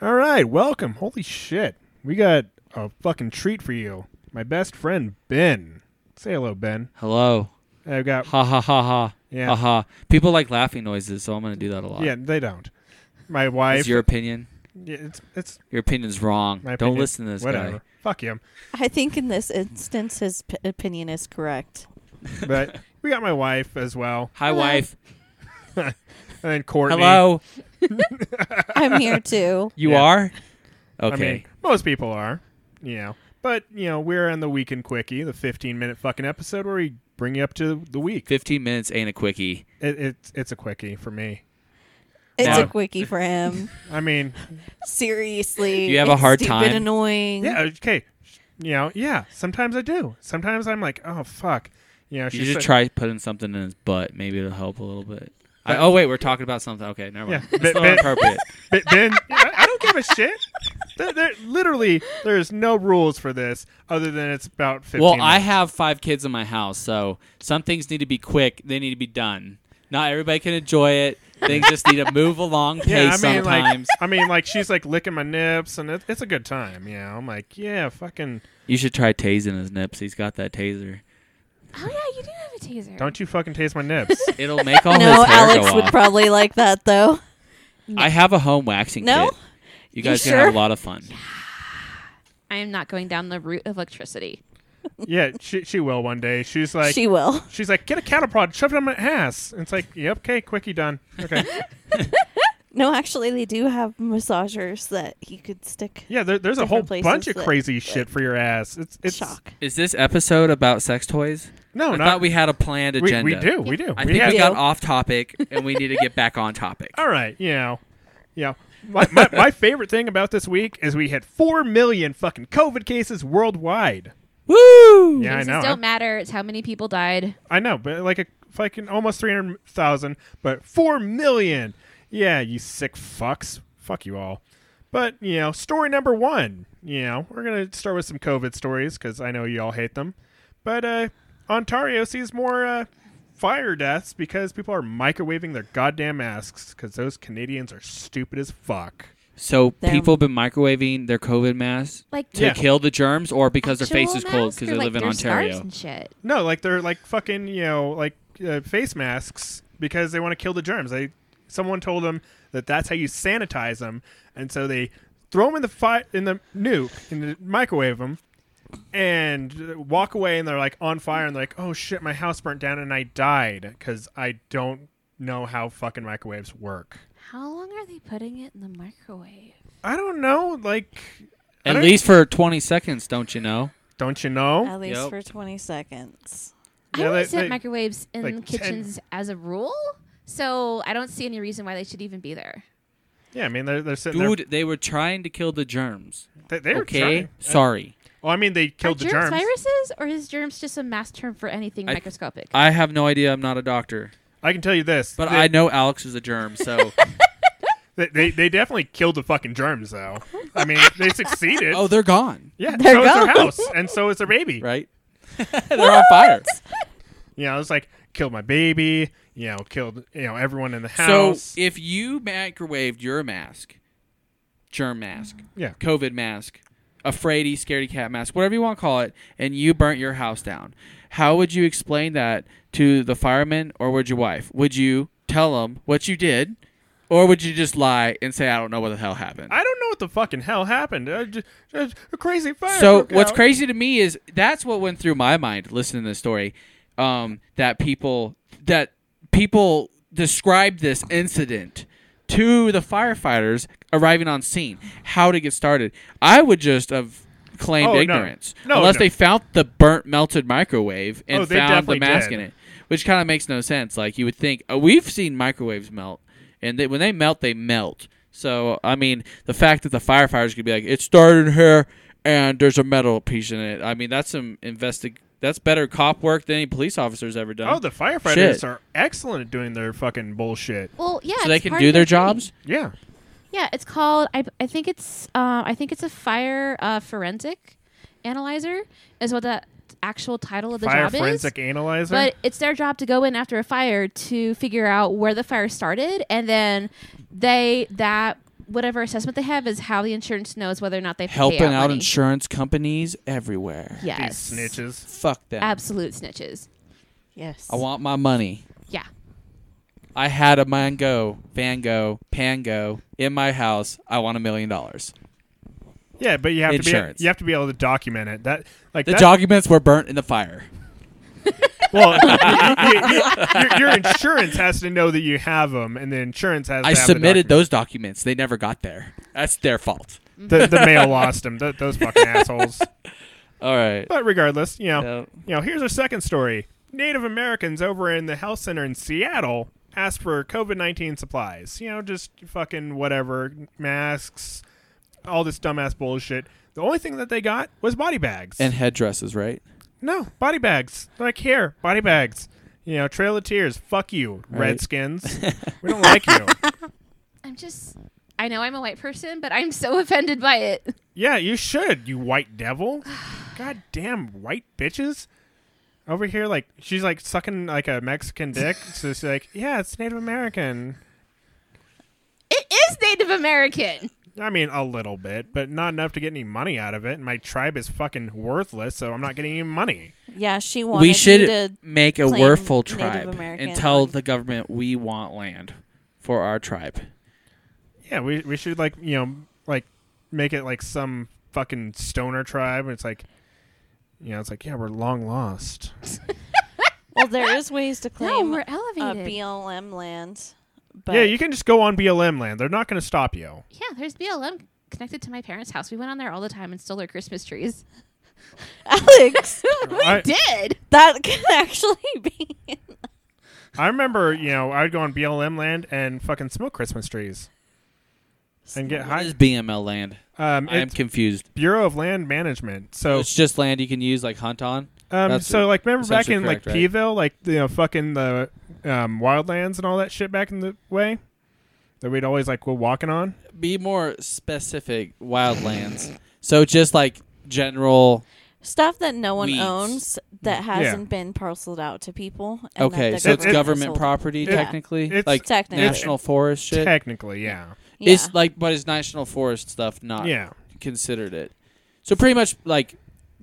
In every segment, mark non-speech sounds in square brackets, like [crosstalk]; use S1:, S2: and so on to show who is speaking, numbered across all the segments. S1: All right, welcome. Holy shit. We got a fucking treat for you. My best friend, Ben. Say hello, Ben.
S2: Hello.
S1: I've got.
S2: Ha ha ha ha.
S1: Yeah.
S2: Ha ha. People like laughing noises, so I'm gonna do that a lot.
S1: Yeah, they don't. My
S2: It's
S1: wife.
S2: your opinion.
S1: yeah, it's, it's
S2: Your opinion's wrong.
S1: my
S2: Don't
S1: opinion.
S2: listen to this
S1: Whatever.
S2: guy.
S1: Fuck him.
S3: I think in this instance, his p- opinion is correct.
S1: But we got my wife as well.
S2: Hi,
S3: Hello.
S2: wife.
S1: And then Courtney.
S2: Hello.
S1: [laughs]
S3: I'm here too.
S2: You
S1: Yeah.
S2: are.
S1: I
S2: Okay.
S1: mean, most people are. You know. But, you know, we're on the Weekend Quickie, the 15 minute fucking episode where we bring you up to the week.
S2: Fifteen minutes ain't a quickie.
S1: It, it's it's a quickie for me.
S3: It's
S2: Now-
S3: a quickie for him.
S1: I mean,
S3: Seriously,
S2: You have a
S3: it's
S2: hard
S3: stupid
S2: time?
S3: Annoying.
S1: yeah, okay. You know, yeah, sometimes I do. Sometimes I'm like, oh, fuck. You know,
S2: You
S1: she's
S2: should
S1: so-
S2: try putting something in his butt. Maybe it'll help a little bit. I, oh wait, we're talking about something. Okay, never mind.
S1: Yeah.
S2: It's
S1: Bit-
S2: not
S1: bit- [laughs]
S2: appropriate.
S1: But Ben, I I don't give a shit. There, there- literally, there's no rules for this other than it's about 15
S2: Well, I
S1: minutes.
S2: have five kids in my house, so some things need to be quick. They need to be done. Not everybody can enjoy it. Things just need to move along pace
S1: [laughs] yeah, I mean,
S2: sometimes.
S1: like, I mean, like she's like licking my nips, and it, it's a good time. You know, I'm like, yeah, fucking,
S2: You should try tasing his nips. He's got that taser.
S4: Oh yeah, you do have a taser.
S1: don't you fucking taste my nips.
S3: [laughs]
S2: It'll make all
S3: No,
S2: his hair
S3: Alex
S2: go
S3: would
S2: off.
S3: probably like
S2: [laughs]
S3: that though.
S2: I have a home waxing
S3: No?
S2: kit. You guys
S3: You
S2: can have a
S3: sure?
S2: lot of fun.
S4: I am not going down the route of electricity.
S1: yeah, she she will one day. She's like,
S3: she will.
S1: she's like, get a cattle prod, shove it on my ass. And it's like, yep, okay, quickie done.
S3: [laughs]
S1: Okay,
S3: No, actually, they do have massagers that he could stick.
S1: yeah, there, there's a whole
S3: Different places
S1: bunch of
S3: that-
S1: crazy shit for your ass. It's it's
S3: shock.
S2: Is this episode about sex toys?
S1: no,
S2: I
S1: not
S2: thought we had a planned
S1: we,
S2: agenda.
S1: we do we do.
S2: I
S1: we
S2: think
S1: had-
S2: we got
S3: Yeah.
S2: off topic and we need to get back on topic.
S1: [laughs] all right, you know, you know. My, my, my favorite thing about this week is we had four million fucking COVID cases worldwide.
S2: Woo!
S1: Yeah, I
S4: Cases
S1: know.
S4: don't matter. It's how many people died.
S1: I know, but like a fucking almost three hundred thousand, but four million. Yeah, you sick fucks. Fuck you all. But you know, story number one. You know, we're gonna start with some COVID stories because I know you all hate them. But uh, Ontario sees more uh, fire deaths because people are microwaving their goddamn masks because those Canadians are stupid as fuck.
S2: So
S3: Them.
S2: people have been microwaving their COVID masks
S4: Like
S2: to
S1: Yeah.
S2: kill the germs or because their
S4: actual
S2: face is cold
S4: masks
S2: because
S4: or,
S2: they
S4: like,
S2: live in
S4: their scarves
S2: Ontario.
S4: and shit.
S1: No, like they're like fucking you know like uh, face masks because they want to kill the germs. They someone told them that that's how you sanitize them, and so they throw them in the fi- in the nuke in the microwave them, and uh, walk away. And they're like on fire, and they're like, oh shit, my house burnt down and I died because I don't know how fucking microwaves work.
S4: How long are they putting it in the microwave?
S1: I don't know. Like, I
S2: At
S1: don't-
S2: least for 20 seconds, don't you know?
S1: don't you know?
S3: At least
S2: Yep.
S3: for 20 seconds.
S1: Yeah,
S4: I
S1: they-
S4: always set
S1: they-
S4: microwaves in
S1: like
S4: kitchens as a rule, so I don't see any reason why they should even be there.
S1: Yeah, I mean they're they're sitting
S2: Dude, they were trying to kill the germs.
S1: there. They, they're
S2: okay?
S1: trying.
S2: Sorry.
S1: Well, I mean they killed
S4: are
S1: the
S4: germs,
S1: germs.
S4: viruses, or is germs just a mass term for anything
S2: I-
S4: microscopic?
S2: I have no idea. I'm not a doctor.
S1: I can tell you this,
S2: But
S1: they-
S2: I know Alex is a germ, so.
S1: They, they, they definitely killed the fucking germs though. I mean, they succeeded.
S2: [laughs] oh, they're gone,
S1: yeah,
S3: they're
S1: so is their
S3: gone.
S1: house, and so is their baby.
S2: right? [laughs] they're on fire.
S1: You know, it's like killed my baby. You know, killed you know everyone in the
S2: So
S1: house.
S2: if you microwaved your mask, germ mask,
S1: yeah,
S2: COVID mask, a Frady, scaredy cat mask, whatever you want to call it, and you burnt your house down, how would you explain that to the firemen or would your wife? Would you tell them what you did, or would you just lie and say I don't know what the hell happened?
S1: I don't know what the fucking hell happened. Uh, just, just a crazy fire.
S2: so
S1: broke
S2: what's
S1: out.
S2: crazy to me is that's what went through my mind listening to this story um, that people that people described this incident to the firefighters arriving on scene how to get started i would just have claimed
S1: Oh, no.
S2: ignorance
S1: No,
S2: unless
S1: no.
S2: they found the burnt melted microwave and
S1: Oh, they
S2: found the
S1: definitely
S2: mask
S1: did.
S2: in it which kind of makes no sense like you would think oh, we've seen microwaves melt and they, when they melt they melt so i mean the fact that the firefighters could be like it started here and there's a metal piece in it i mean that's some investig that's better cop work than any police officer's ever done
S1: Oh, the firefighters
S2: Shit.
S1: are excellent at doing their fucking bullshit.
S4: well, yeah,
S2: so they
S4: it's
S2: can
S4: part
S2: do
S4: of
S2: their
S4: training.
S2: jobs
S1: Yeah,
S4: Yeah, it's called. I, I think it's. Uh, I think it's a fire uh, forensic analyzer is what the actual title of the
S1: fire
S4: job
S1: forensic
S4: is.
S1: analyzer.
S4: But it's their job to go in after a fire to figure out where the fire started, and then they that whatever assessment they have is how the insurance knows whether or not they have to pay
S2: helping out
S4: money.
S2: insurance companies everywhere.
S4: Yes,
S1: These snitches.
S2: Fuck them.
S4: Absolute snitches.
S3: Yes.
S2: I want my money.
S4: Yeah.
S2: I had a mango, vango, pango in my house. I want a million dollars.
S1: Yeah, but you have to
S2: Insurance.
S1: be you have to be able to document it. That like
S2: The
S1: that,
S2: documents were burnt in the fire.
S1: [laughs] Well, you- you- you- your, your insurance has to know that you have them, and the insurance
S2: [laughs]
S1: has.
S2: I
S1: to have
S2: submitted
S1: the
S2: those documents. They never got there. That's their fault.
S1: document. The, the mail lost them. Th- those fucking assholes.
S2: [laughs] All right.
S1: But regardless, you know,
S2: No.
S1: you know. Here's our second story. Native Americans over in the health center in Seattle asked for COVID nineteen supplies. You know, just fucking whatever masks, all this dumbass bullshit. The only thing that they got was body bags.
S2: And headdresses, right?
S1: No, body bags. Like here, body bags. You know, Trail of Tears. Fuck you,
S2: Right. [laughs]
S1: Redskins. we don't like you.
S4: I'm just. I know I'm a white person, but I'm so [laughs] offended by it.
S1: Yeah, you should, you white devil. God damn white bitches. Over here, like she's like sucking like a Mexican dick. so she's like, yeah, it's Native American.
S4: It is Native American.
S1: I mean, a little bit, but not enough to get any money out of it. And my tribe is fucking worthless, so I'm not getting any money.
S3: yeah, she wanted
S2: We should
S3: you to.
S2: make a
S3: claim
S2: worthful
S3: Native
S2: tribe and
S3: American
S2: tell
S3: land.
S2: the government we want land for our tribe.
S1: Yeah, we we should like you know like make it like some fucking stoner tribe. And it's like, you know, it's like yeah, we're long lost.
S3: Well, there is ways to
S4: [laughs] No,
S3: claim
S4: we're
S3: uh,
S4: elevated.
S3: BLM land. But
S1: yeah, you can just go on BLM land. They're not going to stop you.
S4: yeah, there's BLM connected to my parents' house. We went on there all the time and stole their Christmas trees.
S3: [laughs]
S2: [laughs]
S3: Alex,
S1: I,
S4: Did
S3: that could actually be.
S1: I remember, you know, I would go on BLM land and fucking smoke Christmas trees and get
S2: What
S1: high.
S2: is BML land?
S1: Um,
S2: I'm
S1: it's
S2: confused.
S1: Bureau of Land Management. So,
S2: It's just land you can use like hunt on.
S1: um,
S2: that's
S1: so like, remember back
S2: essentially
S1: in like
S2: correct, right?
S1: Peeville, like you know, fucking the um, wildlands and all that shit back in the way that we'd always like go walking on.
S2: Be more specific. Wildlands. so just like general.
S3: Stuff that no one
S2: Weeds.
S3: owns that hasn't
S1: Yeah.
S3: been parceled out to people. and that
S2: Okay,
S3: the
S2: so it's
S1: government
S2: government
S3: parceled.
S2: property
S3: Yeah.
S2: technically,
S1: It's-
S2: like
S3: Technically.
S2: national forest shit.
S1: Technically, yeah,
S3: Yeah.
S2: It's like, but is national forest stuff not
S1: yeah,
S2: considered it? So pretty much like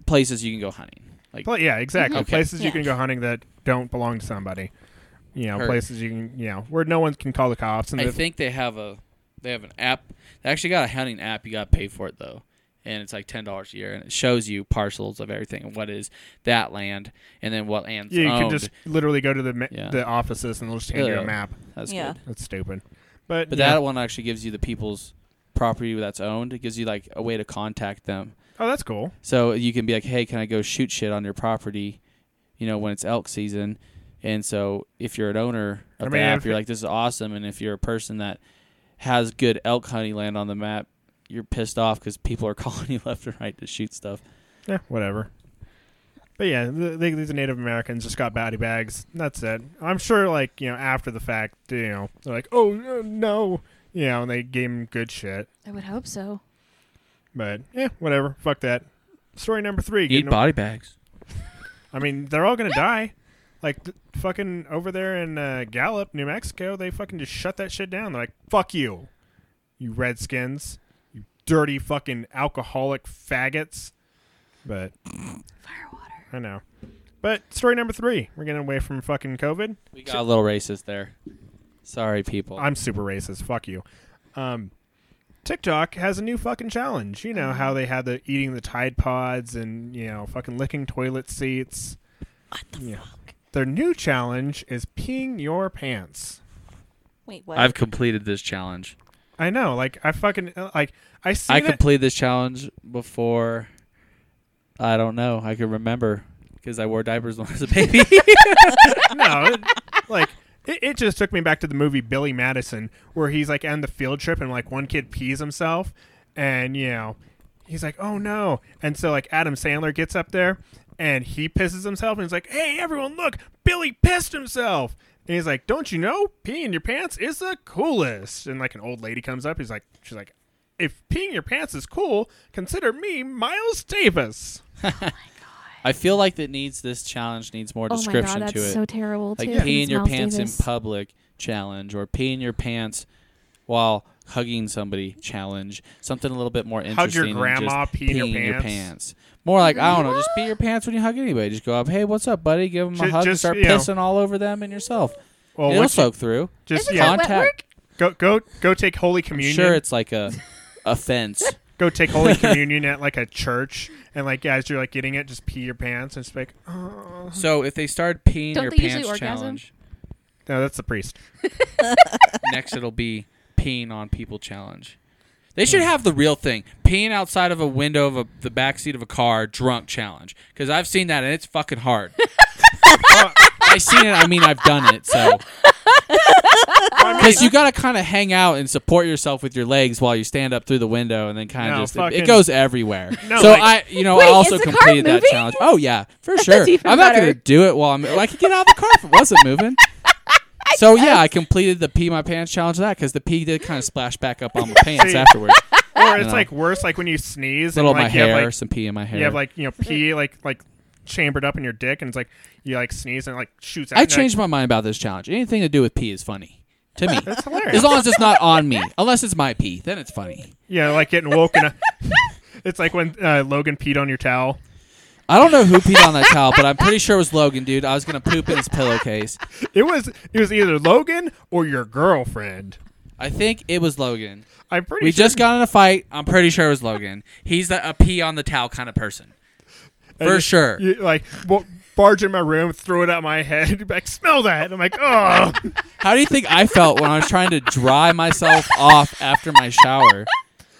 S2: places you can go hunting. Like
S1: Pla- yeah, exactly.
S2: Okay.
S1: Places you
S3: Yeah.
S1: can go hunting that don't belong to somebody. You know,
S2: Heard.
S1: places you can, you know, where no one can call the cops. And
S2: I
S1: if-
S2: think they have a they have an app. They actually got a hunting app. You got to pay for it though, and it's like ten dollars a year, and it shows you parcels of everything and what is that land, and then what lands
S1: yeah, you
S2: owned.
S1: can just literally go to the ma-
S2: Yeah.
S1: the offices and they'll just hand you a
S2: Ugh.
S1: map.
S2: That's
S3: Yeah.
S2: good.
S1: That's stupid. But,
S2: But
S1: yeah.
S2: that one actually gives you the people's property that's owned. It gives you like a way to contact them,
S1: oh, that's cool.
S2: so you can be like, hey, can I go shoot shit on your property? You know, when it's elk season, and so if you're an owner of
S1: I
S2: the
S1: mean,
S2: app,
S1: if
S2: you're
S1: it-
S2: like, this is awesome, and if you're a person that has good elk hunting land on the map. You're pissed off because people are [laughs] calling you left and right to shoot stuff.
S1: Yeah, whatever. But yeah, the, the, these Native Americans just got body bags. and That's it. I'm sure, like you know, after the fact, you know, they're like, oh uh, no, you know, and they gave them good shit.
S4: I would hope so.
S1: But yeah, whatever. Fuck that. Story number three.
S2: Eat
S1: getting-
S2: body bags.
S1: I mean, they're all gonna die. Like th- fucking over there in uh, Gallup, New Mexico, they fucking just shut that shit down. They're like, "Fuck you, you Redskins, you dirty fucking alcoholic faggots." But
S4: Firewater.
S1: I know. But story number three, we're getting away from fucking COVID.
S2: We got a little racist there. Sorry, people.
S1: I'm super racist. Fuck you. Um, TikTok has a new fucking challenge. You know how they had the eating the Tide Pods and you know fucking licking toilet seats.
S3: What the
S1: Yeah.
S3: fuck?
S1: Their new challenge is peeing your pants.
S3: Wait, what?
S2: I've completed this challenge.
S1: I know, like I fucking uh, like I see
S2: I
S1: it.
S2: completed this challenge before. I don't know. I can remember because I wore diapers when I was a baby.
S1: [laughs] no, it, like it, it just took me back to the movie Billy Madison, where he's like on the field trip and like one kid pees himself, and you know he's like, oh no, and so like Adam Sandler gets up there and he pisses himself and he's like, hey everyone, look, Billy pissed himself. And he's like, "Don't you know, peeing your pants is the coolest." And like an old lady comes up, he's like, "She's like, if peeing your pants is cool, consider me Miles Davis."
S2: I feel like that needs this challenge needs more
S4: Oh my god,
S2: description
S4: that's
S2: to it.
S4: so terrible.
S2: like
S4: too.
S2: pee in your
S4: Miles
S2: pants
S4: Davis.
S2: in public challenge or pee in your pants while hugging somebody challenge, something a little bit more interesting.
S1: How'd your
S2: than
S1: grandma
S2: just
S1: pee in your
S2: peeing
S1: pants?
S2: More like I don't know, just pee your pants when you hug anybody. Just go up, hey, what's up, buddy? Give them a
S1: Ju-
S2: hug
S1: just,
S2: and start
S1: you know.
S2: pissing all over them and yourself.
S1: Well,
S2: It'll
S1: once you-
S2: soak through.
S1: just
S4: Isn't
S1: yeah,
S4: that wet
S2: Contact-
S4: work?
S1: go go go take Holy
S2: I'm
S1: Communion.
S2: sure it's like
S1: [laughs]
S2: a offense.
S1: go
S2: [laughs]
S1: take Holy Communion at like a church, and like as you're like getting it, just pee your pants and just be like, oh.
S2: So if they start peeing
S4: Don't
S2: your
S4: they usually
S2: pants
S4: orgasm?
S2: challenge,
S1: no, that's the [laughs] priest.
S2: next it'll be peeing on people challenge. They should have the real thing: peeing outside of a window of a, the back seat of a car, drunk challenge. Because I've seen that and it's fucking hard. I seen it. I mean, I've done it. So because you got to kind of hang out and support yourself with your legs while you stand up through the window, and then kind of
S1: No,
S2: just it-
S1: fucking-
S2: it goes everywhere.
S1: [laughs] No,
S2: so
S1: like-
S2: I, you know,
S4: Wait,
S2: I also
S4: is the car
S2: completed that
S4: moving?
S2: challenge. Oh yeah, for sure.
S4: even
S2: I'm not gonna
S4: better.
S2: do it while I'm. I could get out of the car if it wasn't
S4: [laughs]
S2: moving. So yeah, I completed the pee my pants challenge of that because the pee did kind of splash back up
S1: [laughs]
S2: on my pants
S1: See.
S2: afterwards.
S1: or it's
S2: No.
S1: like worse, like when you sneeze and
S2: Little my
S1: like you
S2: hair,
S1: have like
S2: some pee in my hair.
S1: you have like you know pee like like chambered up in your dick, and it's like you like sneeze and it, like shoots. out
S2: I
S1: and you're
S2: changed my mind about this challenge. Anything to do with pee is funny to me, [laughs]
S1: Like, [laughs] that's hilarious.
S2: as long as it's not on me. Unless it's my pee, then it's funny.
S1: Yeah, like getting woken up. [laughs] It's like when uh, Logan peed on your towel.
S2: I don't know who peed on that towel, but I'm pretty sure it was Logan, dude. I was gonna poop in his pillowcase.
S1: It was it was either Logan or your girlfriend.
S2: I think it was Logan.
S1: I'm pretty.
S2: We
S1: sure
S2: just got in a fight. I'm pretty sure it was Logan. He's the, a pee on the towel kind of person,
S1: I
S2: for
S1: just-
S2: sure.
S1: You, like well, barge in my room, throw it at my head, be like smell that. I'm like
S2: [laughs]
S1: oh.
S2: How do you think I felt when I was trying to dry myself off after my shower?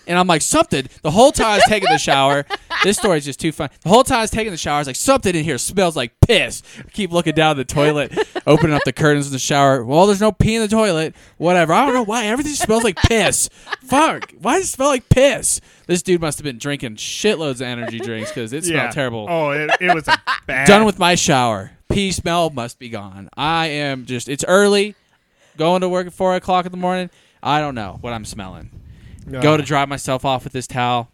S2: And I'm like, something. The whole time I was taking the shower, this story's just too fun. The whole time I was taking the shower, I was like, something in here smells like piss. keep looking down the toilet, opening up the curtains in the shower. Well, there's no pee in the toilet. Whatever. I don't know why everything smells like piss. Fuck. Why does it smell like piss? This dude must have been drinking shitloads of energy drinks because it smelled
S1: yeah.
S2: terrible
S1: Oh, it, it
S2: [laughs]
S1: was a bad.
S2: done with my shower. Pee smell must be gone. I am just. It's early. Going to work at four o'clock in the morning. I don't know what I'm smelling.
S1: No.
S2: Go to dry myself off with this towel.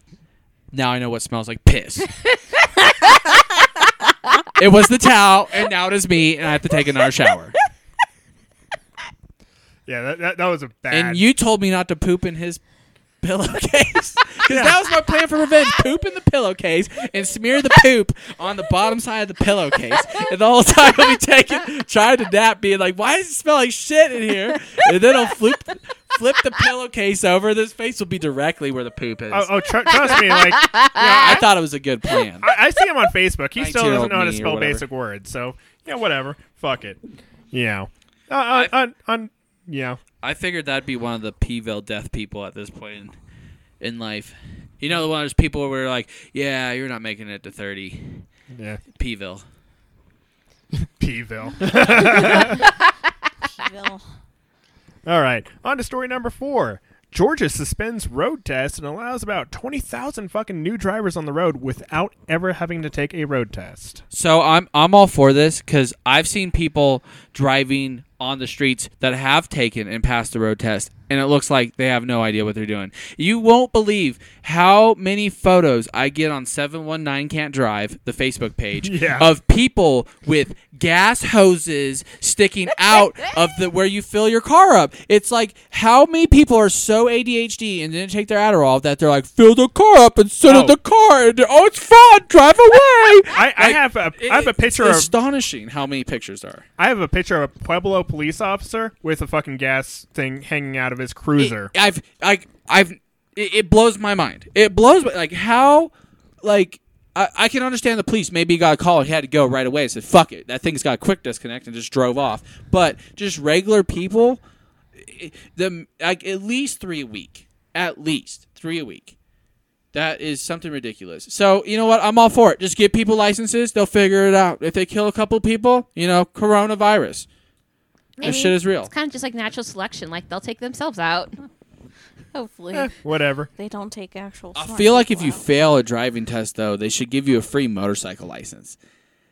S2: Now I know what smells like piss. it was the towel, and now it is me, and I have to take another shower.
S1: yeah. That, that, that was a bad.
S2: And you told me not to poop in his [laughs] pillowcase because [laughs] that was my plan for revenge: poop in the pillowcase and smear the poop on the bottom side of the pillowcase. And the whole time I'll be taking, trying to nap, being like, "Why does it smell like shit in here?" And then I'll flip, flip the pillowcase over. This face will be directly where the poop is.
S1: Oh, oh tr- trust me. Like
S2: I thought it was a good plan.
S1: I, I see him on Facebook. He still
S2: 19-year-old
S1: doesn't know how to
S2: me or
S1: spell
S2: whatever.
S1: basic words. So yeah, whatever. Fuck it. Yeah. Uh, on, on, on, yeah.
S2: I figured that'd be one of the Peeville death people at this point in, in life. You know, the one of those people where we're like, "Yeah, you're not making it to 30."
S1: Yeah.
S2: Peeville.
S1: Peeville.
S2: [laughs]
S3: Evil.
S1: All right. On to story number four. Georgia suspends road tests and allows about 20,000 fucking new drivers on the road without ever having to take a road test.
S2: So I'm I'm all for this because I've seen people driving on the streets that have taken and passed the road test, and it looks like they have no idea what they're doing. You won't believe how many photos I get on Seven One Nine Can't Drive, the Facebook page,
S1: [laughs] Yeah.
S2: of people with gas hoses
S1: [laughs]
S2: sticking out of the where you fill your car up. It's like how many people are so ADHD and didn't take their Adderall that they're like fill the car up and sit
S1: Oh.
S2: in the car and oh it's fun drive away.
S1: I, I
S2: Like,
S1: have a I have a
S2: it's
S1: picture of
S2: astonishing how many pictures are.
S1: I have a picture of a Pueblo police officer with a fucking gas thing hanging out of his cruiser.
S2: It- I've I I've it, it blows my mind. It blows my like how like I, I can understand the police maybe he got a call and he had to go right away and said fuck it that thing's got a quick disconnect and just drove off. But just regular people, i- the like at least three a week, at least three a week. That is something ridiculous. So you know what? I'm all for it. Just give people licenses; they'll figure it out. If they kill a couple people, you know, coronavirus.
S4: I
S2: This
S4: mean,
S2: shit is real.
S4: It's kind of just like natural selection. Like they'll take themselves out. [laughs]
S3: Hopefully
S1: Eh, whatever.
S3: they don't take actual.
S2: I
S3: smart
S2: feel like if
S3: people
S2: you
S3: out.
S2: fail a driving test, though, they should give you a free motorcycle license.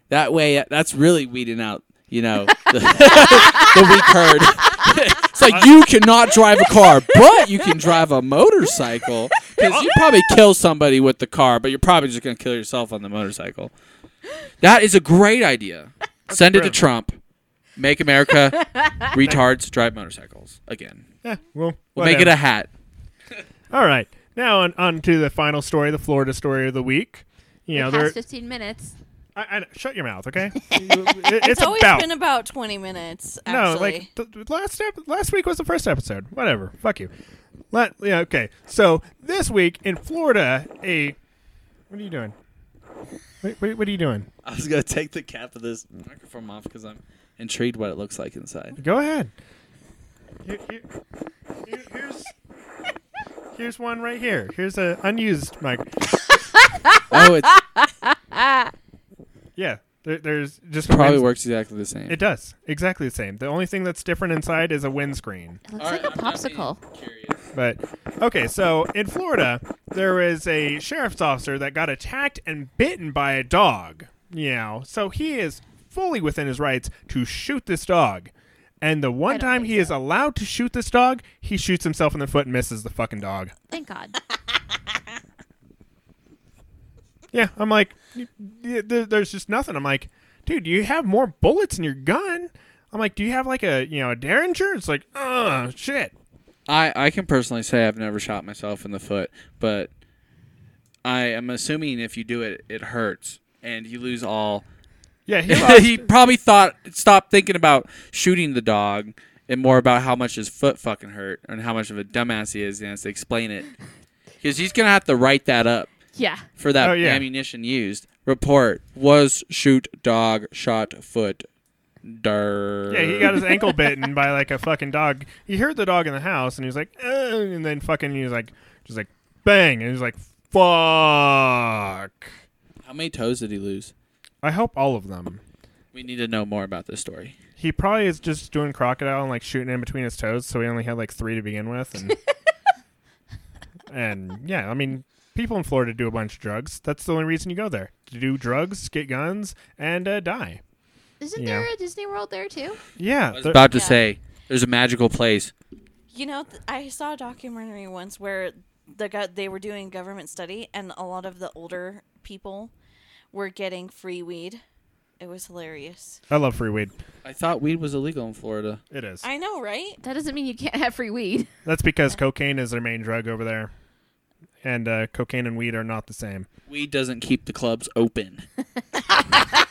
S2: That way, that's really weeding out, you know, the, [laughs] the weak herd. [laughs] it's like you cannot drive a car, but you can drive a motorcycle because you probably kill somebody with the car, but you're probably just going to kill yourself on the motorcycle. That is a great idea. Send it to
S1: brilliant.
S2: Trump. Make America retards drive motorcycles again.
S1: Yeah, well,
S2: We'll make it
S1: whatever.
S2: a hat.
S1: All right. Now on, on to the final story, the Florida story of the week. You know,
S4: the
S1: there.
S4: past 15 minutes.
S1: I, I, shut your mouth,
S3: [laughs]
S1: okay? It- it's
S3: always
S1: about
S3: been about 20 minutes,
S1: [laughs] no,
S3: actually.
S1: like the, the last ep- last week was the first episode. Whatever, fuck you. Let yeah, okay. So this week in Florida, a what are you doing? What, what, what are you doing?
S2: I was gonna take the cap of this microphone off because I'm intrigued what it looks like inside.
S1: Go ahead. Here- here- here- here's here's one right here. Here's a unused mic.
S2: [laughs] Oh, it
S1: Yeah, there, there's just
S2: probably works exactly the same.
S1: It does exactly the same. The only thing that's different inside is a windscreen.
S4: It looks like a popsicle.
S1: But okay, so in Florida, there was a sheriff's officer that got attacked and bitten by a dog. You know, so he is fully within his rights to shoot this dog. And the one
S4: don't
S1: time
S4: think
S1: he is allowed to shoot this dog, he shoots himself in the foot and misses the fucking dog.
S2: [laughs]
S4: Thank God.
S1: Yeah, I'm like, y- y- there- there's just nothing. I'm like, dude, you have more bullets in your gun. I'm like, do you have like a you know a derringer? It's like, oh shit.
S2: I, I can personally say I've never shot myself in the foot, but I am assuming if you do it, it hurts and you lose all.
S1: Yeah,
S2: [laughs]
S1: he lost.
S2: he probably thought stopped thinking about shooting the dog and more about how much his foot fucking hurt and how much of a dumbass he is and has to explain it because he's gonna have to write that up
S4: Yeah.
S2: for that
S1: Oh, yeah.
S2: ammunition used. Report was shoot dog shot foot. Durr.
S1: Yeah, he got his ankle bitten by like a fucking dog. He heard the dog in the house, and he was like, "Uh," and then fucking he was like, just like bang, and he was like, fuck.
S2: How many toes did he lose?
S1: I hope all of them.
S2: We need to know more about this story.
S1: He probably is just doing crocodile and like shooting in between his toes, so he only had like three to begin with,
S3: [laughs]
S1: and and yeah, I mean, people in Florida do a bunch of drugs. That's the only reason you go there to do drugs, get guns, and uh, die.
S4: Isn't
S1: Yeah.
S4: there a Disney World there too?
S1: Yeah,
S2: I was
S1: there-
S2: about to
S3: Yeah.
S2: say there's a magical place.
S3: You know, th- I saw a documentary once where the go- they were doing government study, and a lot of the older people were getting free weed. It was hilarious.
S1: I love free weed.
S2: I thought weed was illegal in Florida.
S1: It is.
S3: I know, right?
S4: That doesn't mean you can't have free weed.
S1: That's because cocaine is their main drug over there, and uh, cocaine and weed are not the same.
S2: Weed doesn't keep the clubs open. [laughs]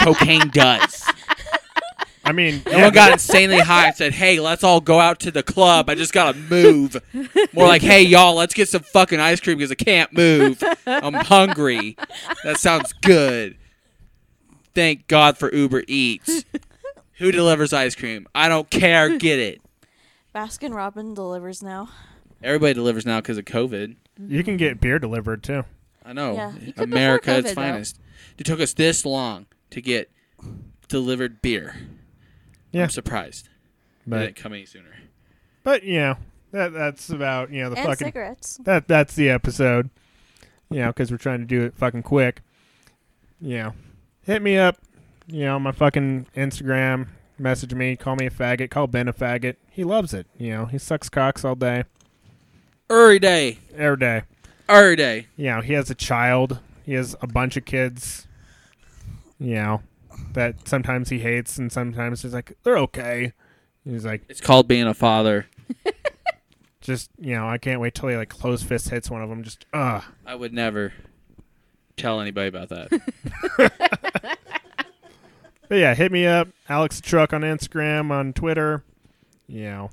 S2: Cocaine does.
S1: I mean,
S2: No one got insanely high and said, "Hey, let's all go out to the club. I just gotta move." More like, "Hey, y'all, let's get some fucking ice cream because I can't move. I'm hungry." That sounds good. Thank God for Uber Eats. Who delivers ice cream? I don't care. Get it.
S3: Baskin Robin delivers now.
S2: Everybody delivers now because of COVID.
S1: you can get beer delivered too.
S2: I know.
S3: Yeah.
S4: You could
S2: America
S4: before
S2: its
S4: COVID, though.
S2: finest. It took us this long to get delivered beer.
S1: Yeah.
S2: I'm surprised. It
S1: But
S2: didn't come any sooner.
S1: but you know that that's about you know the
S3: and
S1: fucking
S3: cigarettes.
S1: that that's the episode. You know, because we're trying to do it fucking quick. You know, hit me up. You know, my fucking Instagram. Message me. Call me a faggot. Call Ben a faggot. He loves it. You know, he sucks cocks all day,
S2: Every day.
S1: every day.
S2: Every day.
S1: you know, he has a child. He has a bunch of kids. You know, that sometimes he hates, and sometimes he's like, they're okay. He's like,
S2: It's called being a father.
S1: just you know, I can't wait till he like close fist hits one of them. Just ugh.
S2: I would never tell anybody about
S1: [laughs]
S2: that.
S1: But yeah, hit me up, Alex the Truck on Instagram, on Twitter. You know,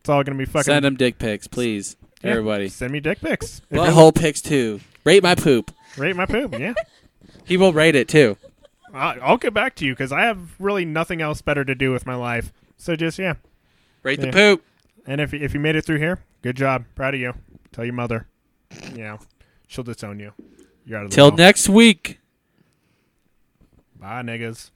S1: it's all gonna be fucking.
S2: Send them dick pics, please.
S1: Yeah,
S2: Everybody.
S1: send me dick pics. If you
S2: Butthole pics too. Rate my poop.
S1: rate my
S2: [laughs]
S1: poop. Yeah,
S2: He will rate it too.
S1: I- I'll get back to you because I have really nothing else better to do with my life. So just yeah,
S2: Rate
S1: Yeah.
S2: the poop.
S1: And if if you made it through here, good job. Proud of you. Tell your mother. You know, she'll disown you. You're out of the
S2: Till
S1: ball.
S2: next week.
S1: Bye, niggas.